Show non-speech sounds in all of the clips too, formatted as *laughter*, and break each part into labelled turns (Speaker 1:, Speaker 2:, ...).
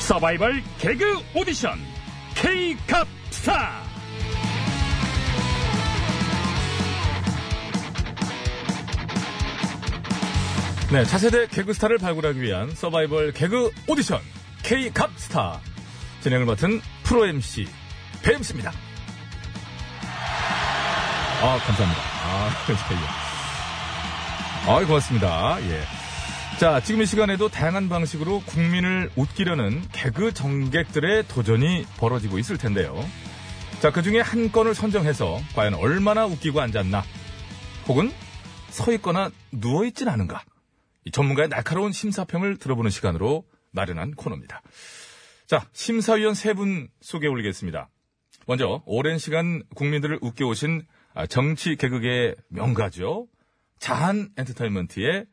Speaker 1: 서바이벌 개그 오디션 K캅스타
Speaker 2: 네, 차세대 개그스타를 발굴하기 위한 서바이벌 개그 오디션 K갑스타 진행을 맡은 프로 MC 배임씨입니다. 아, 감사합니다. 아, *laughs* 예. 아, 고맙습니다. 예. 자, 지금 이 시간에도 다양한 방식으로 국민을 웃기려는 개그 정객들의 도전이 벌어지고 있을 텐데요. 자, 그 중에 한 건을 선정해서 과연 얼마나 웃기고 앉았나, 혹은 서 있거나 누워 있진 않은가. 이 전문가의 날카로운 심사평을 들어보는 시간으로 마련한 코너입니다. 자, 심사위원 세 분 소개 올리겠습니다. 먼저 오랜 시간 국민들을 웃겨오신 아, 정치 개그계의 명가죠. 자한 엔터테인먼트의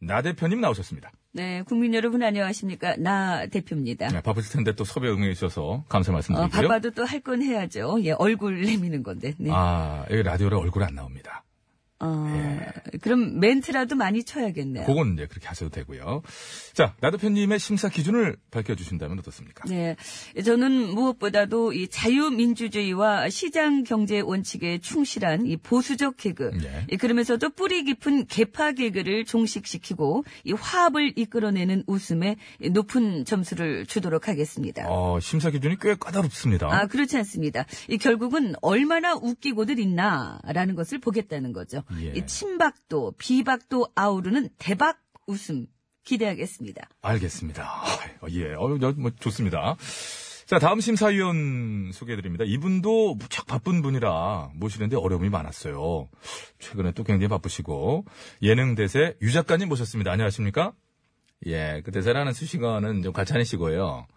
Speaker 2: 나 대표님 나오셨습니다.
Speaker 3: 네, 국민 여러분 안녕하십니까. 나 대표입니다.
Speaker 2: 네, 바쁘실 텐데 또 섭외 응해 주셔서 감사
Speaker 3: 어,
Speaker 2: 말씀드리고요.
Speaker 3: 바빠도 또 할 건 해야죠. 예, 얼굴 내미는 건데. 네.
Speaker 2: 아, 여기 라디오에 얼굴 안 나옵니다.
Speaker 3: 어,
Speaker 2: 예.
Speaker 3: 그럼 멘트라도 많이 쳐야겠네요.
Speaker 2: 그건 이제 그렇게 하셔도 되고요. 자, 나 대표님의 심사 기준을 밝혀주신다면 어떻습니까?
Speaker 3: 네, 저는 무엇보다도 이 자유민주주의와 시장 경제 원칙에 충실한 이 보수적 개그,
Speaker 2: 예.
Speaker 3: 이 그러면서도 뿌리 깊은 개파 개그를 종식시키고 이 화합을 이끌어내는 웃음에 이 높은 점수를 주도록 하겠습니다.
Speaker 2: 어, 심사 기준이 꽤 까다롭습니다.
Speaker 3: 아, 그렇지 않습니다. 이 결국은 얼마나 웃기고들 있나라는 것을 보겠다는 거죠.
Speaker 2: 예.
Speaker 3: 이 친박도 비박도 아우르는 대박 웃음 기대하겠습니다.
Speaker 2: 알겠습니다. 아, 예, 어, 여- 뭐 좋습니다. 자, 다음 심사위원 소개해드립니다. 이분도 무척 바쁜 분이라 모시는데 어려움이 많았어요. 최근에 또 굉장히 바쁘시고 예능 대세 유 작가님 모셨습니다. 안녕하십니까? 예, 그 대세라는 수식어는 좀 가차니시고요.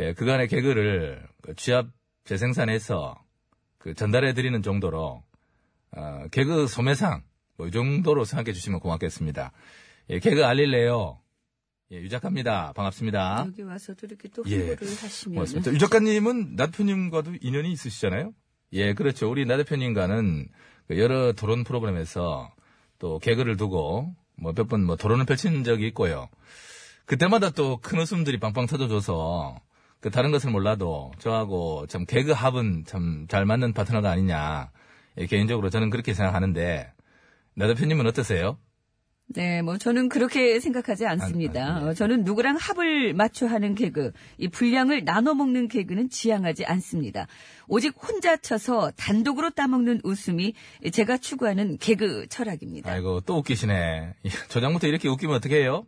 Speaker 2: 예, 그간의 개그를 그 취합 재생산해서 그 전달해드리는 정도로 어, 개그 소매상 뭐 이 정도로 생각해 주시면 고맙겠습니다. 예, 개그 알릴래요. 예, 유 작가입니다. 반갑습니다.
Speaker 3: 여기 와서도 이렇게 또
Speaker 2: 아. 예.
Speaker 3: 홍보를 하시면
Speaker 2: 고맙습니다. 유 작가님은 나 대표님과도 인연이 있으시잖아요? 예, 그렇죠. 우리 나 대표님과는 그 여러 토론 프로그램에서 또 개그를 두고 뭐 몇 번 뭐 토론을 펼친 적이 있고요. 그때마다 또 큰 웃음들이 빵빵 터져줘서 그 다른 것을 몰라도 저하고 참 개그 합은 참 잘 맞는 파트너가 아니냐. 예, 개인적으로 저는 그렇게 생각하는데 나 대표님은 어떠세요?
Speaker 3: 네, 뭐 저는 그렇게 생각하지 않습니다.
Speaker 2: 아, 네.
Speaker 3: 어, 저는 누구랑 합을 맞춰 하는 개그, 이 분량을 나눠 먹는 개그는 지향하지 않습니다. 오직 혼자 쳐서 단독으로 따먹는 웃음이 제가 추구하는 개그 철학입니다.
Speaker 2: 아이고 또 웃기시네. *laughs* 저장부터 이렇게 웃기면 어떻게 해요?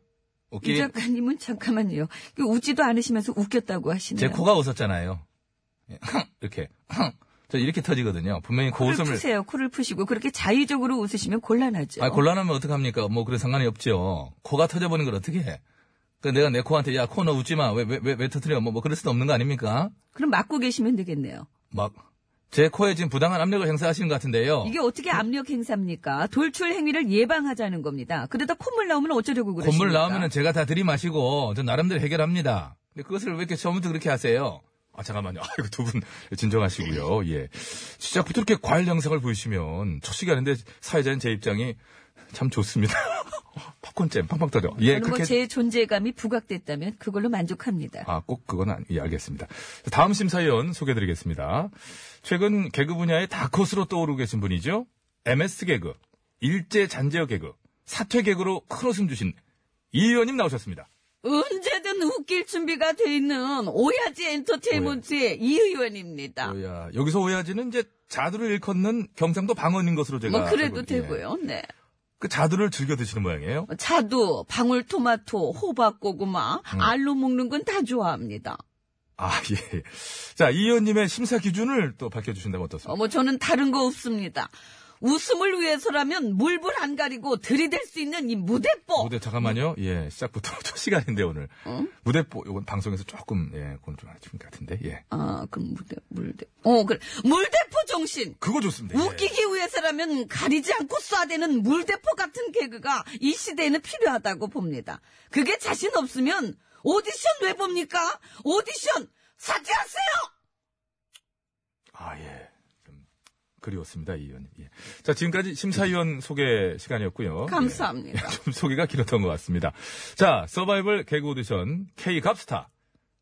Speaker 3: 이
Speaker 2: 웃기
Speaker 3: 작가님은 잠깐만요. 그 웃지도 않으시면서 웃겼다고 하시네요.
Speaker 2: 제 코가 웃었잖아요. *laughs* 예, 이렇게. *laughs* 저 이렇게 터지거든요. 분명히 그
Speaker 3: 코를
Speaker 2: 웃음을.
Speaker 3: 푸세요. 코를 푸시고 그렇게 자의적으로 웃으시면 곤란하죠.
Speaker 2: 아, 곤란하면 어떡합니까? 뭐, 그래 상관이 없죠. 코가 터져버린 걸 어떻게 해? 그 내가 내 코한테, 야, 코 너 웃지 마. 왜, 왜, 왜, 왜 터트려? 뭐, 뭐, 그럴 수도 없는 거 아닙니까?
Speaker 3: 그럼 맞고 계시면 되겠네요.
Speaker 2: 막, 제 코에 지금 부당한 압력을 행사하시는 것 같은데요.
Speaker 3: 이게 어떻게 압력 행사입니까? 돌출 행위를 예방하자는 겁니다. 그러다 콧물 나오면 어쩌려고 그러십니까?
Speaker 2: 콧물 나오면은 제가 다 들이마시고, 저 나름대로 해결합니다. 근데 그것을 왜 이렇게 처음부터 그렇게 하세요? 아, 잠깐만요. *laughs* 아이고, 두 분 진정하시고요. 예. 시작부터 이렇게 과일 영상을 보이시면, 첫 시간인데 사회자인 제 입장이 참 좋습니다. *laughs* 팝콘잼 팡팡 터져. 예,
Speaker 3: 저는
Speaker 2: 그렇게.
Speaker 3: 뭐 제 존재감이 부각됐다면 그걸로 만족합니다.
Speaker 2: 아, 꼭 그건 아니, 예, 알겠습니다. 다음 심사위원 소개드리겠습니다. 최근 개그 분야의 다컷으로 떠오르고 계신 분이죠. MS 개그, 일제 잔재어 개그, 사퇴 개그로 큰 웃음 주신 이 의원님 나오셨습니다.
Speaker 3: 언제든 웃길 준비가 돼 있는 오야지 엔터테인먼트의 이 의원입니다.
Speaker 2: 어, 오야, 여기서 오야지는 이제 자두를 일컫는 경상도 방언인 것으로 제가.
Speaker 3: 뭐 그래도
Speaker 2: 알고 있- 예.
Speaker 3: 되고요. 네.
Speaker 2: 그 자두를 즐겨 드시는 모양이에요.
Speaker 3: 자두, 방울토마토, 호박고구마, 알로 먹는 건 다 좋아합니다.
Speaker 2: 아, 예. 자, 이 의원님의 심사 기준을 또 밝혀주신다면 어떻습니까?
Speaker 3: 어머, 저는 다른 거 없습니다. 웃음을 위해서라면 물불 안 가리고 들이댈 수 있는 이 무대법.
Speaker 2: 무대 잠깐만요.
Speaker 3: 네.
Speaker 2: 예, 시작부터 *laughs* 첫 시간인데 오늘 무대보 이건 방송에서 조금 예, 그건 좀 아쉬운 것 같은데 예.
Speaker 3: 아, 그럼 무대, 물대. 어, 그래. 물대포 정신.
Speaker 2: 그거 좋습니다. 예.
Speaker 3: 웃기기 위해서라면 가리지 않고 쏴대는 물대포 같은 개그가 이 시대에는 필요하다고 봅니다. 그게 자신 없으면 오디션 왜 봅니까? 오디션 사퇴하세요!
Speaker 2: 아 예. 좀 그리웠습니다, 이 의원님. 예. 자, 지금까지 심사위원 소개
Speaker 3: 어? 네.
Speaker 2: 시간이었고요.
Speaker 3: 감사합니다.
Speaker 2: 예. 좀 소개가 길었던 것 같습니다. 자, 서바이벌 개그 오디션 K 갑스타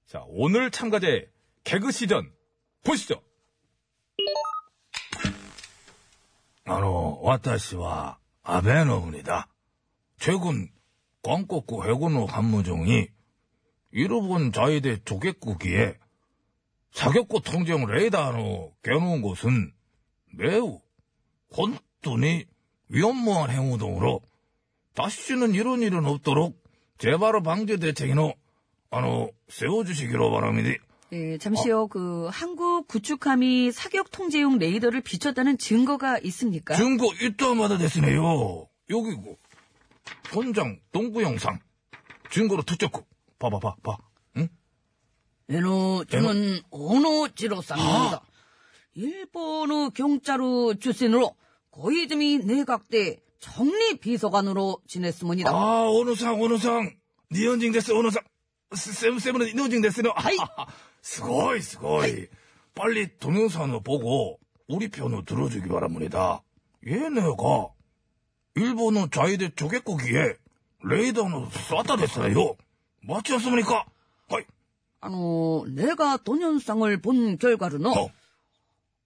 Speaker 2: 자, 오늘 참가자의 개그 시전 보시죠. 아노, 와타시와 아베노입니다. 최근 광국구 해군호 한무종이 일본 자위대 조개국기에 사격고 통제용 레이더로 겨누은 것은 매우 혼돈이 위험무한 행위 등으로 다시는 이런 일은 없도록 재발의 방지 대책이노 아노 세워주시기로 바랍니다.
Speaker 4: 예, 잠시요. 그 한국 구축함이 사격 통제용 레이더를 비췄다는 증거가
Speaker 3: 네.
Speaker 4: 있습니까?
Speaker 2: 증거 이따마다 됐으네요. 여기고 현장 동구 영상 증거로 투척고 봐봐봐 봐. 응?
Speaker 3: 에노, 저는 오노지로 쌉니다. 일본의 경자로 출신으로 고이즈미 내각대 정리비서관으로 지냈습니다.
Speaker 2: 아 어느상 어느상 네 니언징 됐어 어느상 세븐세븐은 니언징 됐으네. 아이 스고이 스고이 빨리 동영상을 보고 우리 편을 들어주기 바랍니다. 얘네가 일본의 자위대 조개국기에 레이더로 쐈다 됐어요. 맞지 않습니까? 아이
Speaker 3: 아노, 내가 동영상을 본 결과로는
Speaker 2: 어.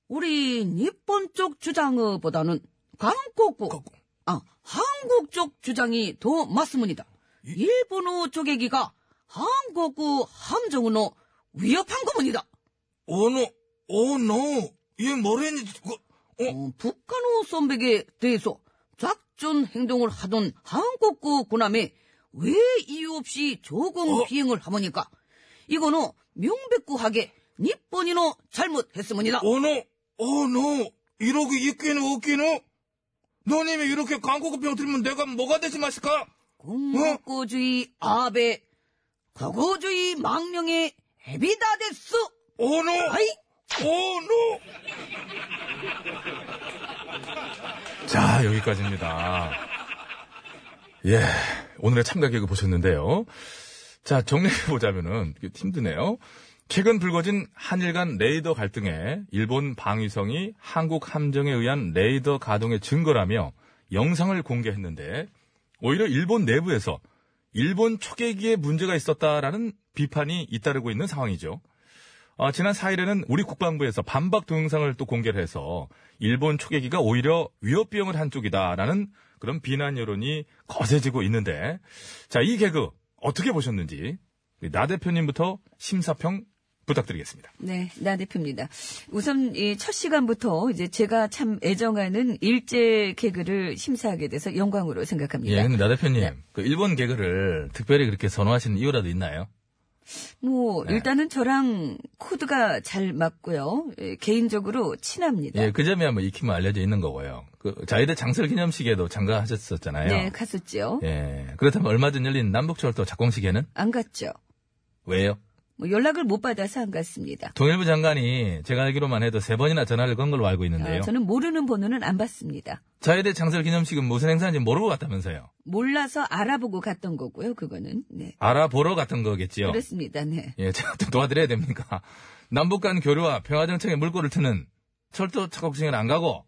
Speaker 3: 우리 일본 쪽 주장보다는
Speaker 2: 그,
Speaker 3: 한국, 아, 한국 쪽 주장이 더 맞습니다.
Speaker 2: 예?
Speaker 3: 일본의 조개기가 한국의 함정으로 위협한 겁니다.
Speaker 2: 어느, 어느, 이 뭐랬는지, 그, 어,
Speaker 3: 어, 북한의 선백에 대해서 작전 행동을 하던 한국구 군함에 왜 이유 없이 조공
Speaker 2: 어?
Speaker 3: 비행을 하모니까 이거는 명백구하게 니폰이노 잘못했습니다.
Speaker 2: 어느, 어느, 이러고 있기는 없기는? 너님이 이렇게 광고급 병 들면 내가 뭐가 되지 마실까?
Speaker 3: 공화국주의 아베 거고주의 망령의 에비다데스
Speaker 2: 어느,
Speaker 3: 아이
Speaker 2: 어느! 자, 여기까지입니다. 예, 오늘의 참가 개그 보셨는데요. 자, 정리해보자면은, 이게 힘드네요. 최근 불거진 한일 간 레이더 갈등에 일본 방위성이 한국 함정에 의한 레이더 가동의 증거라며 영상을 공개했는데, 오히려 일본 내부에서 일본 초계기에 문제가 있었다라는 비판이 잇따르고 있는 상황이죠. 아, 지난 4일에는 우리 국방부에서 반박 동영상을 또 공개를 해서 일본 초계기가 오히려 위협 비용을 한 쪽이다라는 그런 비난 여론이 거세지고 있는데 자, 이 개그 어떻게 보셨는지 우리 나 대표님부터 심사평 부탁드리겠습니다.
Speaker 4: 네, 나 대표입니다. 우선 이 첫 시간부터 이제 제가 참 애정하는 일제 개그를 심사하게 돼서 영광으로 생각합니다.
Speaker 2: 예, 나 대표님, 그 일본 개그를 특별히 그렇게 선호하시는 이유라도 있나요?
Speaker 4: 뭐
Speaker 2: 네.
Speaker 4: 일단은 저랑 코드가 잘 맞고요. 예, 개인적으로 친합니다.
Speaker 3: 네.
Speaker 2: 예, 그 점이 한번 익히면 알려져 있는 거고요. 그 자유대 장설 기념식에도 참가하셨었잖아요.
Speaker 4: 네, 갔었죠.
Speaker 2: 예, 그렇다면 얼마 전 열린 남북철도 작공식에는
Speaker 4: 안 갔죠.
Speaker 2: 왜요?
Speaker 4: 뭐 연락을 못 받아서 안 갔습니다.
Speaker 2: 통일부 장관이 제가 알기로만 해도 세 번이나 전화를 건 걸로 알고 있는데요.
Speaker 4: 아, 저는 모르는 번호는 안 받습니다.
Speaker 2: 자유대 장설 기념식은 무슨 행사인지 모르고 갔다면서요.
Speaker 4: 몰라서 알아보고 갔던 거고요. 그거는 네.
Speaker 2: 알아보러 갔던 거겠지요.
Speaker 4: 그렇습니다. 네.
Speaker 2: 예, 제가 또 도와드려야 됩니까? *laughs* 남북 간 교류와 평화정책에 물꼬를 트는 철도 착곡식은 안 가고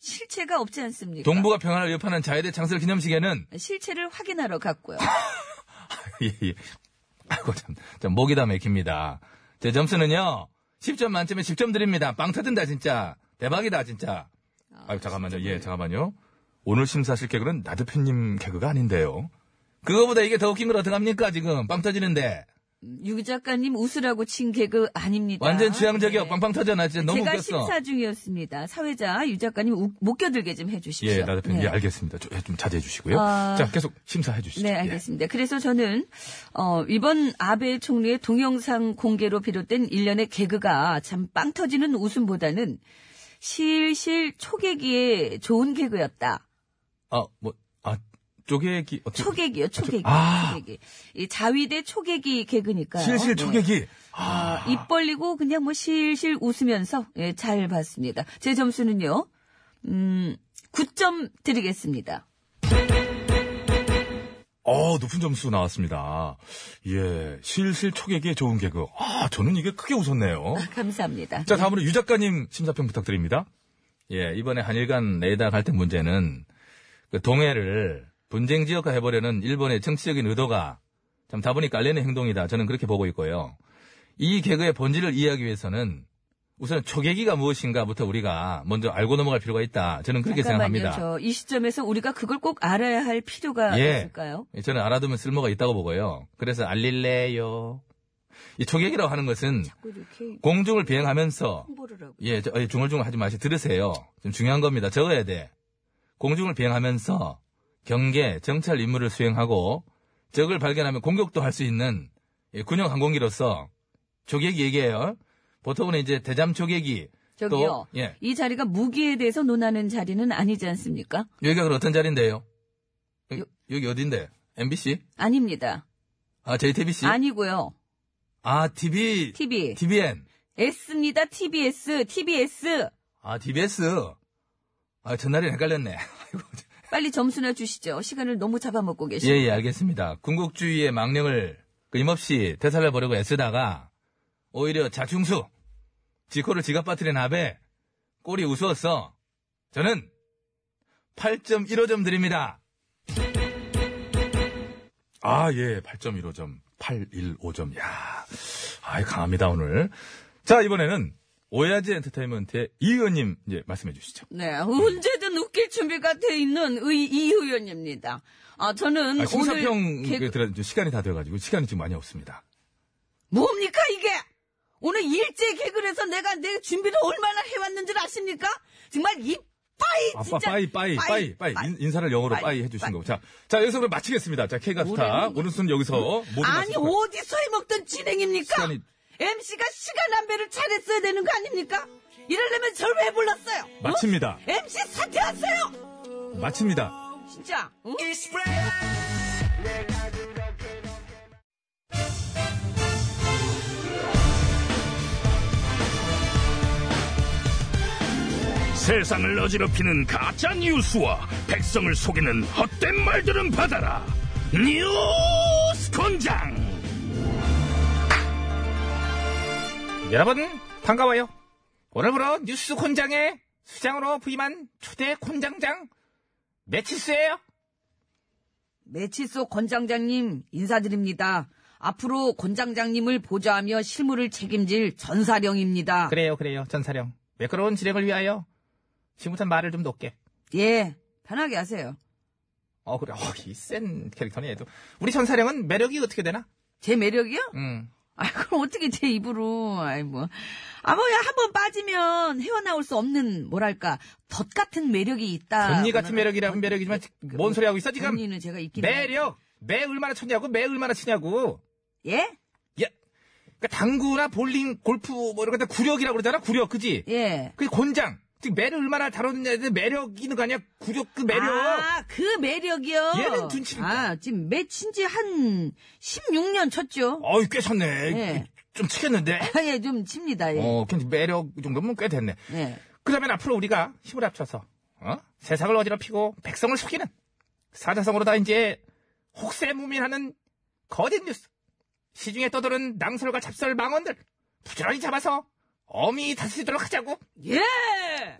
Speaker 4: 실체가 없지 않습니까?
Speaker 2: 동북아 평화를 위협하는 자유대 장설 기념식에는
Speaker 4: 실체를 확인하러 갔고요.
Speaker 2: *laughs* 예, 예. 아이고 참, 참 목이 다 맥힙니다. 제 점수는요. 10점 만점에 10점 드립니다. 빵 터진다 진짜. 대박이다 진짜. 아유 잠깐만요. 예 잠깐만요. 오늘 심사실 개그는 나 대표님 개그가 아닌데요. 그거보다 이게 더 웃긴 걸 어떡합니까 지금 빵 터지는데.
Speaker 4: 유 작가님 웃으라고 친 개그 아닙니다.
Speaker 2: 완전 취향적이요.
Speaker 4: 네.
Speaker 2: 빵빵 터져 나 진짜 너무
Speaker 4: 제가
Speaker 2: 웃겼어.
Speaker 4: 심사 중이었습니다. 사회자 유 작가님 우- 못 겨들게 좀 해주십시오.
Speaker 2: 예, 나 대표님
Speaker 4: 네.
Speaker 2: 예, 알겠습니다. 좀, 예, 좀 자제해 주시고요.
Speaker 4: 아.
Speaker 2: 자, 계속 심사해 주시죠.
Speaker 4: 네,
Speaker 2: 예.
Speaker 4: 알겠습니다. 그래서 저는 어, 이번 아베 총리의 동영상 공개로 비롯된 일련의 개그가 참 빵 터지는 웃음보다는 실실 초계기에 좋은 개그였다.
Speaker 2: 아, 뭐, 아, 쪼개기 어떻게
Speaker 4: 초계기요, 초계기.
Speaker 2: 아.
Speaker 4: 초계기. 이 자위대 초계기 개그니까요.
Speaker 2: 실실
Speaker 4: 네.
Speaker 2: 초계기.
Speaker 4: 아, 입 벌리고 그냥 뭐 실실 웃으면서 예, 잘 봤습니다. 제 점수는요. 음, 9점 드리겠습니다.
Speaker 2: 어, 높은 점수 나왔습니다. 예, 실실 초객의 좋은 개그. 아, 저는 이게
Speaker 4: *laughs*
Speaker 2: 크게 웃었네요.
Speaker 4: 감사합니다.
Speaker 2: 자, 다음으로 유 작가님 심사평 부탁드립니다. 예, 이번에 한일 간 레이더 갈등 문제는 그 동해를 분쟁 지역화 해보려는 일본의 정치적인 의도가 참 다분히 깔리는 행동이다. 저는 그렇게 보고 있고요. 이 개그의 본질을 이해하기 위해서는 우선 초계기가 무엇인가부터 우리가 먼저 알고 넘어갈 필요가 있다. 저는 그렇게
Speaker 4: 잠깐만요.
Speaker 2: 생각합니다.
Speaker 4: 저 이 시점에서 우리가 그걸 꼭 알아야 할 필요가
Speaker 2: 예.
Speaker 4: 있을까요?
Speaker 2: 예, 저는 알아두면 쓸모가 있다고 보고요. 그래서 알릴래요. 이 초계기라고 하는 것은
Speaker 4: 자꾸 이렇게
Speaker 2: 공중을 비행하면서
Speaker 4: 홍보를 하고.
Speaker 2: 예, 저, 예, 중얼중얼 하지 마시 들으세요. 좀 중요한 겁니다. 적어야 돼. 공중을 비행하면서 경계, 정찰 임무를 수행하고 적을 발견하면 공격도 할 수 있는 예, 군용 항공기로서 조객이 얘기해요. 보통은 이제 대잠 조객이
Speaker 4: 저기요.
Speaker 2: 또 예,
Speaker 4: 이 자리가 무기에 대해서 논하는 자리는 아니지 않습니까?
Speaker 2: 여기가 그럼 어떤 자리인데요? 여기,
Speaker 4: 요-
Speaker 2: 여기 어딘데? MBC?
Speaker 4: 아닙니다.
Speaker 2: 아 JTBC?
Speaker 4: 아니고요.
Speaker 2: 아 TV,
Speaker 4: TV.
Speaker 2: TVN,
Speaker 4: S입니다. TBS. TBS.
Speaker 2: 아 TBS. 아 전날에 헷갈렸네. 아이고,
Speaker 4: 빨리 점수나 주시죠. 시간을 너무 잡아먹고 계시요
Speaker 2: 예, 예, 알겠습니다. 군국주의의 망령을 끊임없이 되살려 보려고 애쓰다가 오히려 자충수, 지코를 지갑 빠뜨린 합에 꼴이 우스웠어. 저는 8.15점 드립니다. 아, 예, 8.15점, 815점. 야 아이, 강합니다, 오늘. 자, 이번에는 오야지 엔터테인먼트의 이 의원님, 이제 말씀해 주시죠.
Speaker 3: 네, *laughs* 언제든 웃길 준비가 돼 있는 의, 이 의원입니다. 아, 저는
Speaker 2: 아,
Speaker 3: 오늘
Speaker 2: 심사평
Speaker 3: 개그-
Speaker 2: 들어 시간이 다 돼가지고 시간이 지금 많이 없습니다.
Speaker 3: 뭡니까 이게? 오늘 일제 개그를 해서 내가 내 준비를 얼마나 해왔는지를 아십니까? 정말 이 빠이
Speaker 2: 아, 빠,
Speaker 3: 진짜
Speaker 2: 빠이, 빠이, 빠이, 빠이. 인- 인사를 영어로 빠이, 뭐- 해주신 거고. 자, 자, 여기서 그럼 마치겠습니다. 자, K갑스타. 오늘 순 여기서 모든
Speaker 3: 아니
Speaker 2: 말씀-
Speaker 3: 어디서 해먹던 진행입니까?
Speaker 2: 시간이-
Speaker 3: MC가 시간 안배를 잘했어야 되는 거 아닙니까? 이러려면 저를 왜 불렀어요? 어?
Speaker 2: 마칩니다.
Speaker 3: MC 사퇴하세요!
Speaker 2: 마칩니다.
Speaker 3: 진짜 응?
Speaker 1: 세상을 어지럽히는 가짜 뉴스와 백성을 속이는 헛된 말들은 받아라. 뉴스 권장.
Speaker 2: 여러분, 반가워요. 오늘부로 뉴스 곤장에 수장으로 부임한 초대 곤장장, 매치스예요
Speaker 3: 매치소 권장장님 인사드립니다. 앞으로 권장장님을 보좌하며 실무를 책임질 전사령입니다.
Speaker 2: 그래요, 그래요. 예, 전사령. 매끄러운 진행을 위하여 지금부터 말을 좀 높게.
Speaker 3: 예, 편하게 하세요.
Speaker 2: 어, 그래. 어, 이 센 캐릭터네, 얘도. 우리 전사령은 매력이 어떻게 되나?
Speaker 3: 제 매력이요?
Speaker 2: 음.
Speaker 3: 아, 그럼 어떻게 제 입으로, 아이, 뭐. 아, 뭐야, 한 번 빠지면 헤어나올 수 없는, 뭐랄까, 덧 같은 매력이 있다. 그,
Speaker 2: 언니 그 같은 매력이라면 매력이지만, 뭔 소리 하고 있어, 지금?
Speaker 3: 언니는 제가 있긴
Speaker 2: 매력! 매 얼마나 쳤냐고, 매 얼마나 치냐고.
Speaker 3: 예?
Speaker 2: 예. 그러니까 당구나 볼링, 골프 뭐 이런 거다 구력이라고 그러잖아, 구력, 그지?
Speaker 3: 예.
Speaker 2: 그 곤장. 즉 매를 얼마나 다뤘느냐에 대해 매력 있는 거 아니야? 구력 그 매력.
Speaker 3: 아, 그 매력이요.
Speaker 2: 얘는 둔치-
Speaker 3: 아, 지금 맺힌 지한 16년 쳤죠.
Speaker 2: 어이 꽤 쳤네.
Speaker 3: 네.
Speaker 2: 좀 치겠는데.
Speaker 3: 아, 예, 좀 칩니다, 예.
Speaker 2: 어, 근데 매력 이 정도면 꽤 됐네.
Speaker 3: 예.
Speaker 2: 그러면 앞으로 우리가 힘을 합쳐서 어? 세상을 어지럽히고 백성을 속이는 사자성으로 다 이제 혹세무민하는 거짓 뉴스 시중에 떠도는 낭설과 잡설 망언들 부지런히 잡아서 어미 다스리도록 하자고
Speaker 3: 예!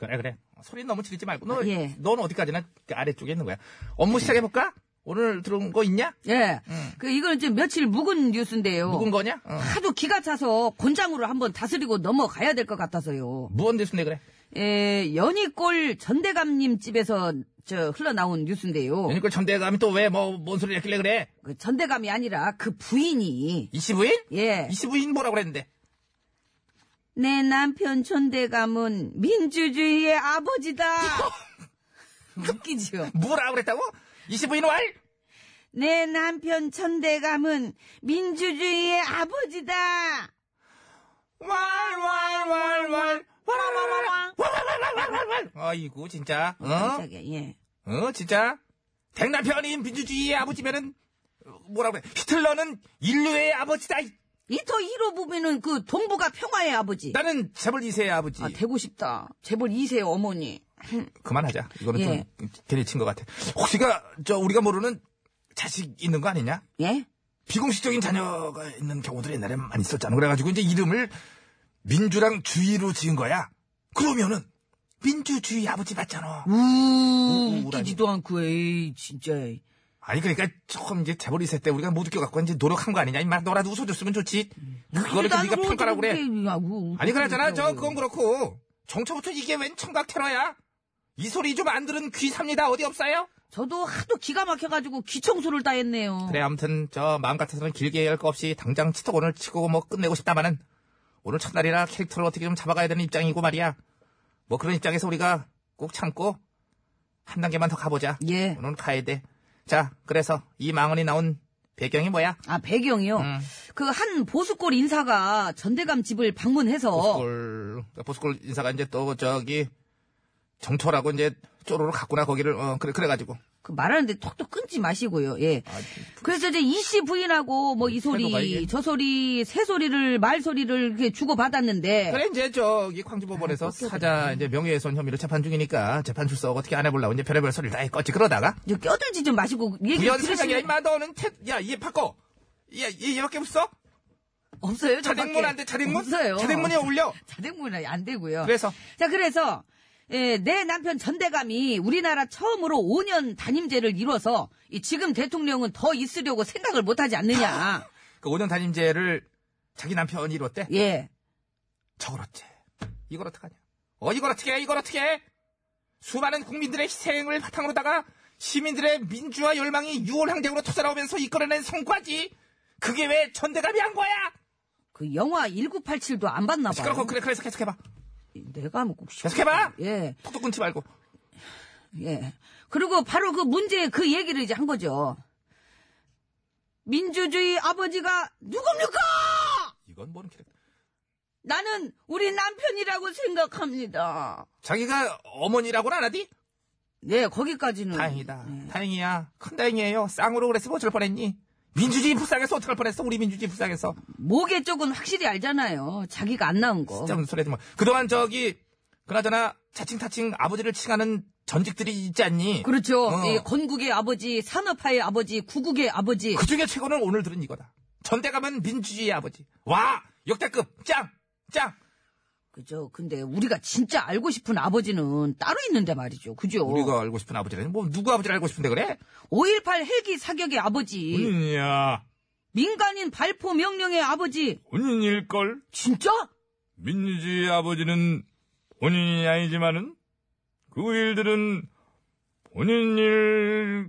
Speaker 2: 그래 그래 소리 너무 지르지 말고 너,
Speaker 3: 아, 예.
Speaker 2: 넌 어디까지나 그 아래쪽에 있는 거야 업무 시작해볼까? 오늘 들어온 거 있냐?
Speaker 3: 예.
Speaker 2: 음.
Speaker 3: 그, 이거는 지금 며칠 묵은 뉴스인데요.
Speaker 2: 묵은 거냐? 어.
Speaker 3: 하도 기가 차서 곤장으로 한번 다스리고 넘어가야 될 것 같아서요.
Speaker 2: 무언 뉴스인데 그래
Speaker 3: 에, 연희골 전대감님 집에서 저 흘러나온 뉴스인데요.
Speaker 2: 연희골 전대감이 또 왜 뭐 뭔 소리를 했길래 그래
Speaker 3: 그 전대감이 아니라 그 부인이
Speaker 2: 이씨 부인?
Speaker 3: 예.
Speaker 2: 이씨 부인 뭐라고 그랬는데
Speaker 3: 내 남편 전대감은 민주주의의
Speaker 2: *laughs*
Speaker 3: 아버지다. 웃기죠.
Speaker 2: 뭐라고 그랬다고? 이씨 부인 왈?
Speaker 3: 내 남편 전대감은 민주주의의 아버지다.
Speaker 2: 왈왈왈왈 왈왈왈왈왈왈왈왈 아이고 진짜 어?
Speaker 3: 깜짝이야, 예.
Speaker 2: 어 진짜 댕남편인 민주주의의 아버지면은 어, 뭐라 그래 히틀러는 인류의 아버지다 이-
Speaker 3: 이토 히로 부비는 그 동북아 평화의 아버지.
Speaker 2: 나는 재벌 2세의 아버지
Speaker 3: 아, 되고 싶다. 재벌 2세 어머니.
Speaker 2: 그만하자 이거는
Speaker 3: 예.
Speaker 2: 좀 괜히 친 것 같아 혹시가 저 우리가 모르는 자식 있는 거 아니냐
Speaker 3: 예?
Speaker 2: 비공식적인 자녀가 있는 경우들이 옛날에 많이 있었잖아 그래가지고 이제 이름을 민주랑 주의로 지은 거야 그러면은 민주주의 아버지 맞잖아
Speaker 3: 우, 음,
Speaker 2: 우울하니.
Speaker 3: 웃기지도 않고, 에이, 진짜.
Speaker 2: 아니 그러니까 조금 이제 재벌이 셋때 우리가 못 웃겨갖고 이제 노력한 거 아니냐 임마 너라도 웃어줬으면 좋지 음. 그거를 또 네가 평가라고 그래 아니 그러잖아 저 그건 그렇고 정처부터 이게 웬 청각 테러야 이 소리 좀 안 들은 귀 삽니다 어디 없어요?
Speaker 3: 저도 하도 기가 막혀가지고 기청소를 다 했네요.
Speaker 2: 그래 아무튼 저 마음 같아서는 길게 할 거 없이 당장 치트곤을 치고 뭐 끝내고 싶다마는 오늘 첫날이라 캐릭터를 어떻게 좀 잡아가야 되는 입장이고 말이야 뭐 그런 입장에서 우리가 꼭 참고 한 단계만 더 가보자
Speaker 3: 예.
Speaker 2: 오늘 가야 돼자 그래서 이 망언이 나온 배경이 뭐야?
Speaker 3: 아 배경이요.
Speaker 2: 음.
Speaker 3: 그 한 보수골 인사가 전대감 집을 방문해서
Speaker 2: 보스골 보스골 인사가 이제 또 저기 정초라고 이제 쪼로로 갔구나 거기를 어 그래 그래가지고
Speaker 3: 그 말하는데 톡톡 끊지 마시고요. 예. 그래서 이제 이 씨 부인하고 뭐 이
Speaker 2: 아, 해도가, 이게.
Speaker 3: 소리 저 소리 새 소리를 말 소리를 이렇게 주고 받았는데
Speaker 2: 그래 이제 저기 광주법원에서 사자 이제 명예훼손 혐의로 재판 중이니까 재판 출석 어떻게 안 해보려고 이제 별의별 소리를 다 했겠지 그러다가
Speaker 3: 이제 껴들지 좀 마시고 얘기
Speaker 2: 부연 사장이야
Speaker 3: 들으시면
Speaker 2: 임마 아, 너는 채... 야얘 바꿔 얘얘 얘밖에 없어
Speaker 3: 없어요. 저밖에.
Speaker 2: 자댕문 안돼 자댕문
Speaker 3: 없어요.
Speaker 2: 자댕문이 올려
Speaker 3: *laughs* 자댕문이 안 되고요.
Speaker 2: 그래서
Speaker 3: 자 그래서 예, 내 남편 전대감이 우리나라 처음으로 5년 단임제를 이뤄서 이 지금 대통령은 더 있으려고 생각을
Speaker 2: *laughs*
Speaker 3: 못하지 않느냐.
Speaker 2: 그 5년 단임제를 자기 남편이 이뤘대
Speaker 3: 예.
Speaker 2: 저걸 어째 이걸 어떡하냐 어 이걸 어떻게 해 이걸 어떻게 해 수많은 국민들의 희생을 바탕으로다가 시민들의 민주화 열망이 6월 항쟁으로 터져나오면서 이끌어낸 성과지 그게 왜 전대감이 한 거야
Speaker 3: 그 영화 1987도 안 봤나 봐요.
Speaker 2: 시끄럽고 그래 그래서 계속해봐
Speaker 3: 내가 뭐꼭
Speaker 2: 계속해봐
Speaker 3: 예,
Speaker 2: 톡톡 끊지 말고
Speaker 3: 예. 그리고 바로 그 문제 그 얘기를 이제 한 거죠. 민주주의 아버지가 누굽니까?
Speaker 2: 이건 뭐는 캐릭터
Speaker 3: 나는 우리 남편이라고 생각합니다.
Speaker 2: 자기가 어머니라고는 안 하디?
Speaker 3: 네,
Speaker 2: 음,
Speaker 3: 거기까지는. 예.
Speaker 2: 다행이다. 다행이야. 큰 다행이에요. 쌍으로 그래서 어쩔 뻔했니? 민주주의 불쌍해서 어떡할 뻔했어? 우리 민주주의 불쌍해서.
Speaker 3: 목의 쪽은 확실히 알잖아요. 자기가 안 나온 거.
Speaker 2: 진짜 무슨 소리 하지 마. 그동안 저기, 그나저나 자칭타칭 아버지를 칭하는 전직들이 있지 않니? 그,
Speaker 3: 그렇죠.
Speaker 2: 어.
Speaker 3: 예, 건국의 아버지, 산업화의 아버지, 구국의 아버지.
Speaker 2: 중에 최고는 오늘 들은 이거다. 전대감은 민주주의의 아버지. 와! 역대급! 짱! 짱!
Speaker 3: 그죠. 근데 우리가 진짜 알고 싶은 아버지는 따로 있는데 말이죠. 그죠.
Speaker 2: 우리가 알고 싶은 아버지라니. 뭐, 누구 아버지를 알고 싶은데 그래?
Speaker 3: 5.18 헬기 사격의 아버지.
Speaker 5: 본인이야.
Speaker 3: 민간인 발포 명령의 아버지
Speaker 5: 본인일걸.
Speaker 3: 진짜?
Speaker 5: 민주주의 아버지는 본인이 아니지만은 그 일들은 본인 일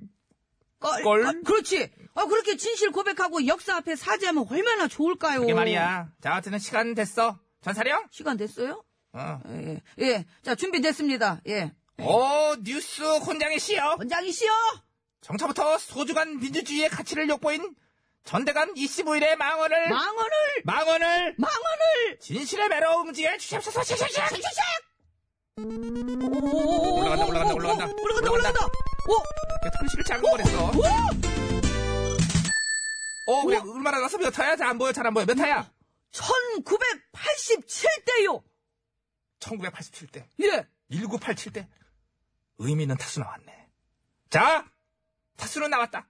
Speaker 3: 걸,
Speaker 5: 걸?
Speaker 3: 걸? 그렇지. 아 그렇게 진실 고백하고 역사 앞에 사죄하면 얼마나 좋을까요?
Speaker 2: 그게 말이야. 자, 하여튼 시간 됐어. 전사령?
Speaker 3: 시간 됐어요?
Speaker 2: 어.
Speaker 3: 예, 예. 예. 자 준비됐습니다. 예.
Speaker 2: 오, 어, 뉴스 혼장의 시여!
Speaker 3: 원장이시여.
Speaker 2: 정차부터 소중한 민주주의의 가치를 욕보인 전대감 25일의 망언을
Speaker 3: 망언을
Speaker 2: 망언을
Speaker 3: 망언을.
Speaker 2: 진실의 배로 움직여 주십시오. 올라간다, 올라간다,
Speaker 3: 올라간다
Speaker 2: 올라간다.
Speaker 3: 올라간다 올라간다. 오.
Speaker 2: 털실을 잠궈버렸어.
Speaker 3: 오.
Speaker 2: 어, 그래 얼마나 나서 몇 타야? 잘 안 보여, 잘 안 보여. 몇 타야?
Speaker 3: 1987대요.
Speaker 2: 1987대,
Speaker 3: 예.
Speaker 2: 1987대. 의미 있는 타수 나왔네. 자, 타수는 나왔다.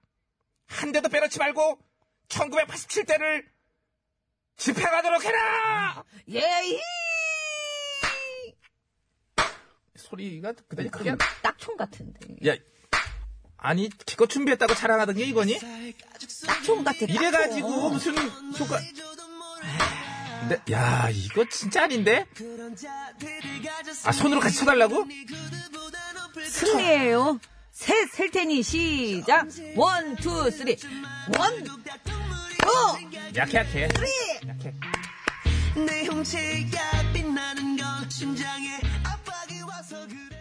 Speaker 2: 한 대도 빼놓지 말고 1987대를 집행하도록 해라.
Speaker 3: 예이.
Speaker 2: 소리가 그다지 크게 안-
Speaker 3: 딱총 같은데.
Speaker 2: 야, 아니 기껏 준비했다고 자랑하던 게 이거니?
Speaker 3: 딱총 같은.
Speaker 2: 이래가지고 무슨 효과? 근데 야 이거 진짜 아닌데? 아 손으로 같이 쳐달라고?
Speaker 3: 승리예요. 셋, 셀 테니 시작. 원, 투, 쓰리. 원,
Speaker 6: 어!
Speaker 3: 투,
Speaker 2: 약해 약해.
Speaker 3: 쓰리.
Speaker 2: 약해.
Speaker 6: 내 형체가 빛나는 건 심장에 압박이 와서 그래